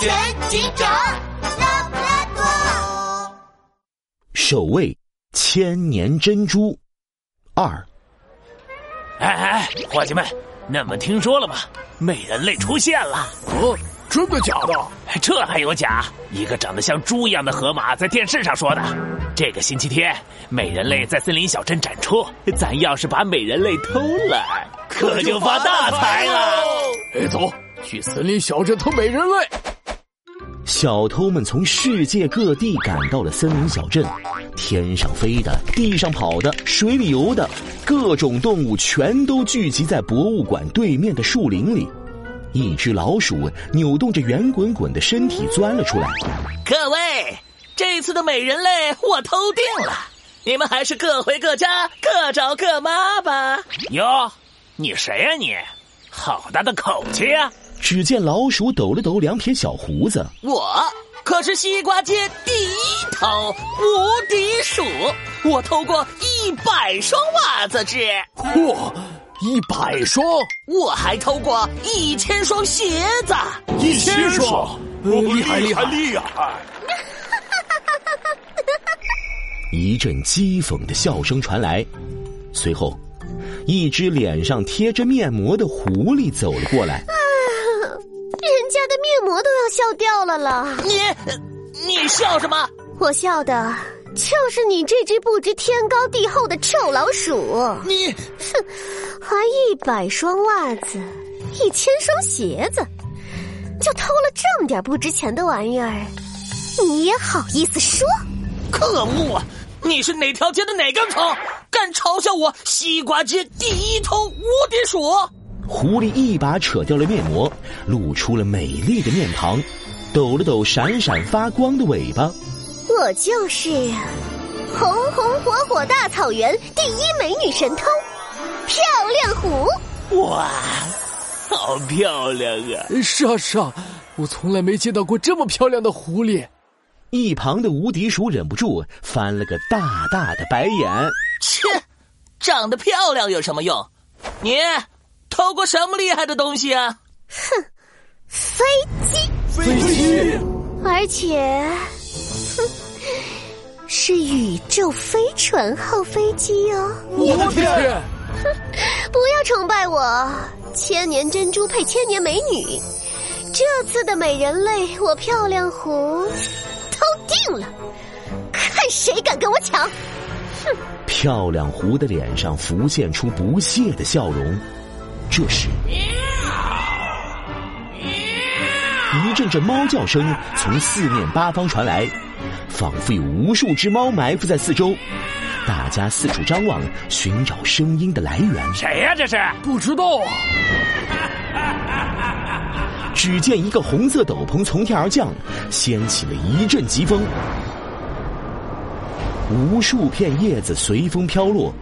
全警长拉布拉多。守卫千年珍珠二，哎哎，伙计们，你们听说了吗？美人类出现了！哎哦，真的假的？这还有假？一个长得像猪一样的河马在电视上说的。这个星期天，美人类在森林小镇展出，咱要是把美人类偷了，可就发大财了！哎，走，去森林小镇偷美人类。小偷们从世界各地赶到了森林小镇，天上飞的，地上跑的，水里游的，各种动物全都聚集在博物馆对面的树林里。一只老鼠扭动着圆滚滚的身体钻了出来。各位，这次的美人类我偷定了，你们还是各回各家，各找各妈吧。哟，你谁呀、你？好大的口气啊呀、只见老鼠抖了抖两撇小胡子，我可是西瓜街第一偷无敌鼠，我偷过一百双袜子纸，哇，一百双，我还偷过一千双鞋子。一千双，呃厉害厉害！厉害！一阵讥讽的笑声传来。随后，一只脸上贴着面膜的狐狸走了过来。人家的面膜都要笑掉了啦！你，呃你笑什么？我笑的就是你这只不知天高地厚的臭老鼠，你还一百双袜子，一千双鞋子，就偷了这么点不值钱的玩意儿，你也好意思说？可恶啊！你是哪条街的哪根葱？敢嘲笑我西瓜街第一偷无敌鼠？狐狸一把扯掉了面膜，露出了美丽的面庞，抖了抖闪闪发光的尾巴。我就是红红火火大草原第一美女神偷，漂亮虎。哇，好漂亮啊！是啊是啊，我从来没见到过这么漂亮的狐狸。一旁的无敌鼠忍不住翻了个大大的白眼。切，长得漂亮有什么用？你偷过什么厉害的东西啊？飞机，飞机，而且，哼，是宇宙飞船号飞机哦！我的天！不要崇拜我，千年珍珠配千年美女。这次的美人类，我漂亮狐偷定了，看谁敢跟我抢！漂亮狐的脸上浮现出不屑的笑容。这时，一阵阵猫叫声从四面八方传来，仿佛有无数只猫埋伏在四周。大家四处张望，寻找声音的来源。谁呀、这是？不知道啊，只见一个红色斗篷从天而降，掀起了一阵疾风，无数片叶子随风飘落。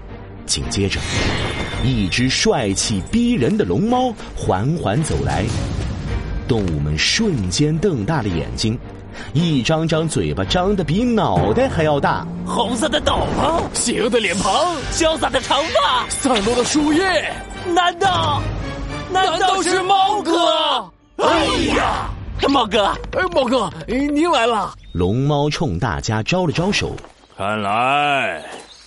紧接着，一只帅气逼人的龙猫缓缓走来，动物们瞬间瞪大了眼睛，一张张嘴巴张得比脑袋还要大。红色的斗篷，邪恶的脸庞，潇洒的长发，散落的树叶，难道难道是猫哥？哎呀，猫哥，哎，猫哥，哎您来了。龙猫冲大家招了招手，看来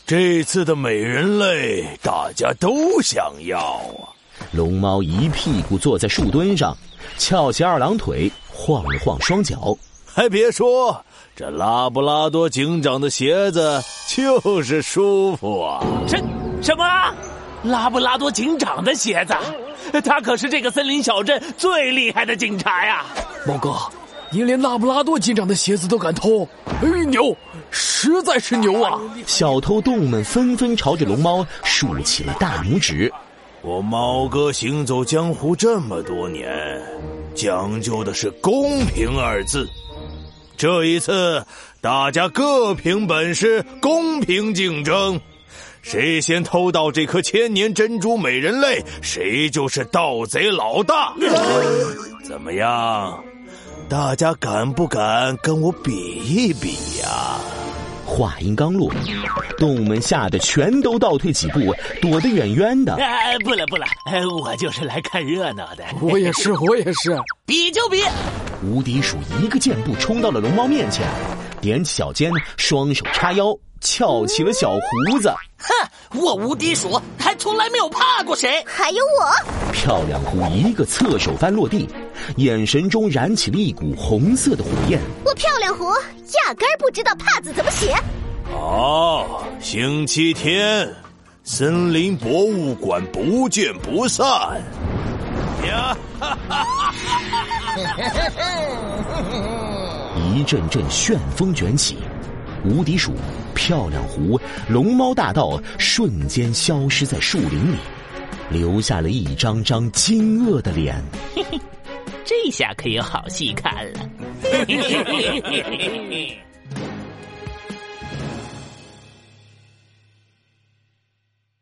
这次的美人类大家都想要啊！龙猫一屁股坐在树墩上，翘起二郎腿，晃了晃双脚。还别说，这拉布拉多警长的鞋子就是舒服啊！什什么？拉布拉多警长的鞋子？啊他可是这个森林小镇最厉害的警察呀！猫哥，您连拉布拉多警长的鞋子都敢偷，哎，牛，实在是牛啊！小偷动物们纷纷朝着龙猫竖起了大拇指。我猫哥行走江湖这么多年，讲究的是公平二字。这一次，大家各凭本事，公平竞争。谁先偷到这颗千年珍珠美人泪，谁就是盗贼老大。怎么样？大家敢不敢跟我比一比呀、话音刚落，动物们吓得全都倒退几步，躲得远远的。哎，不了不了，哎，我就是来看热闹的。我也是，我也是。比就比，无敌鼠一个箭步冲到了龙猫面前，踮起脚尖，双手叉腰，翘起了小胡子。哼，我无敌鼠还从来没有怕过谁。还有我，漂亮狐一个侧手翻落地，眼神中燃起了一股红色的火焰。我漂亮狐压根儿不知道“怕”字怎么写。好，哦星期天，森林博物馆不见不散。呀，一阵阵旋风卷起，无敌鼠、漂亮狐、龙猫大盗瞬间消失在树林里，留下了一张张惊愕的脸。这下可有好戏看了。